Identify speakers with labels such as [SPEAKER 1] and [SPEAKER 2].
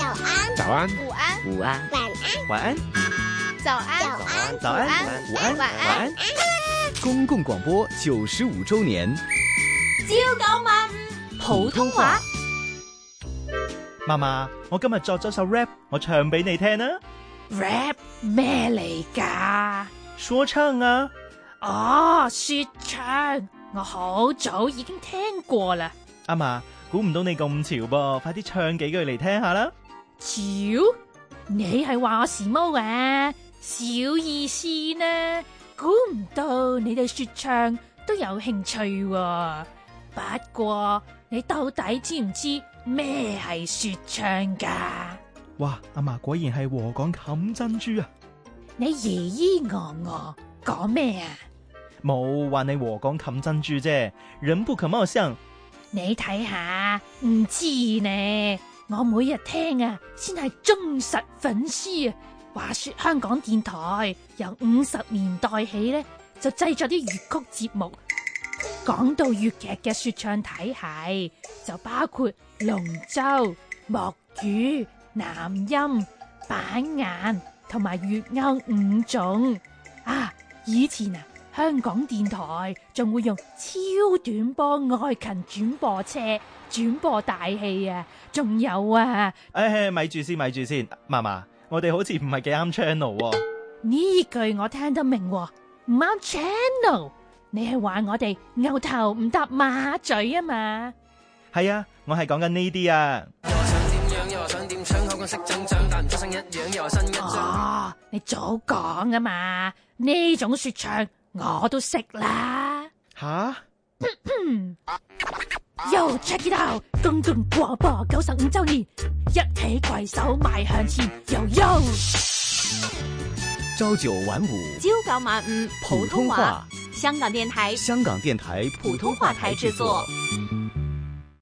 [SPEAKER 1] 安，
[SPEAKER 2] 午安，
[SPEAKER 3] 午安，
[SPEAKER 4] 晚安，
[SPEAKER 3] 晚安，
[SPEAKER 2] 早安，
[SPEAKER 4] 早安
[SPEAKER 3] 早安，午安，
[SPEAKER 2] 晚安
[SPEAKER 3] 晚安。公共广播九十五周年，
[SPEAKER 2] 朝九晚五普通话。
[SPEAKER 5] 妈妈，我今日作咗首 rap，我唱俾你聽啊！
[SPEAKER 6] rap 咩嚟噶？
[SPEAKER 5] 說唱啊，
[SPEAKER 6] 哦，说唱，我好早已經聽過啦。
[SPEAKER 5] 阿嫲，估唔到你咁潮噃，快啲唱幾句嚟聽下啦！
[SPEAKER 6] 潮，你係話我時髦啊？小意思呢？估唔到你對說唱都有興趣喎、不過你到底知唔知咩係說唱噶？
[SPEAKER 5] 哇，阿嫲果然係和港冚珍珠啊！
[SPEAKER 6] 你咿咿我我講咩啊？
[SPEAKER 5] 冇話你和港冚珍珠啫，人不可貌相。
[SPEAKER 6] 你睇下，唔知呢？我每日聽啊，先係忠實粉絲啊。話說香港電台由五十年代起呢，就製作啲粵曲節目，講到粵劇嘅說唱體系，就包括龍舟、木魚、南音、板眼同埋粵謳五種啊。以前啊，香港電台仲會用超短波外勤轉播車轉播大戲啊，仲有啊
[SPEAKER 5] 唉、哎咪住先，咪住先，嫲嫲，我哋好似唔係幾啱 channel 喎、
[SPEAKER 6] 呢句我聽得明喎，唔啱 channel。你係話我哋牛頭唔搭馬嘴啊嘛？
[SPEAKER 5] 係啊，我係講緊呢啲啊。
[SPEAKER 6] 哦，你早講啊嘛，呢種說唱我都識啦。
[SPEAKER 5] 吓，
[SPEAKER 6] Yo check it out，公共廣播九十五周年，一起攜手邁向前。Yo yo。
[SPEAKER 3] 朝九晚五，
[SPEAKER 2] 朝九晚五普通
[SPEAKER 3] 普通
[SPEAKER 2] 话
[SPEAKER 3] 话，
[SPEAKER 2] 香港电台
[SPEAKER 3] 香港电台
[SPEAKER 2] 普通话台制作。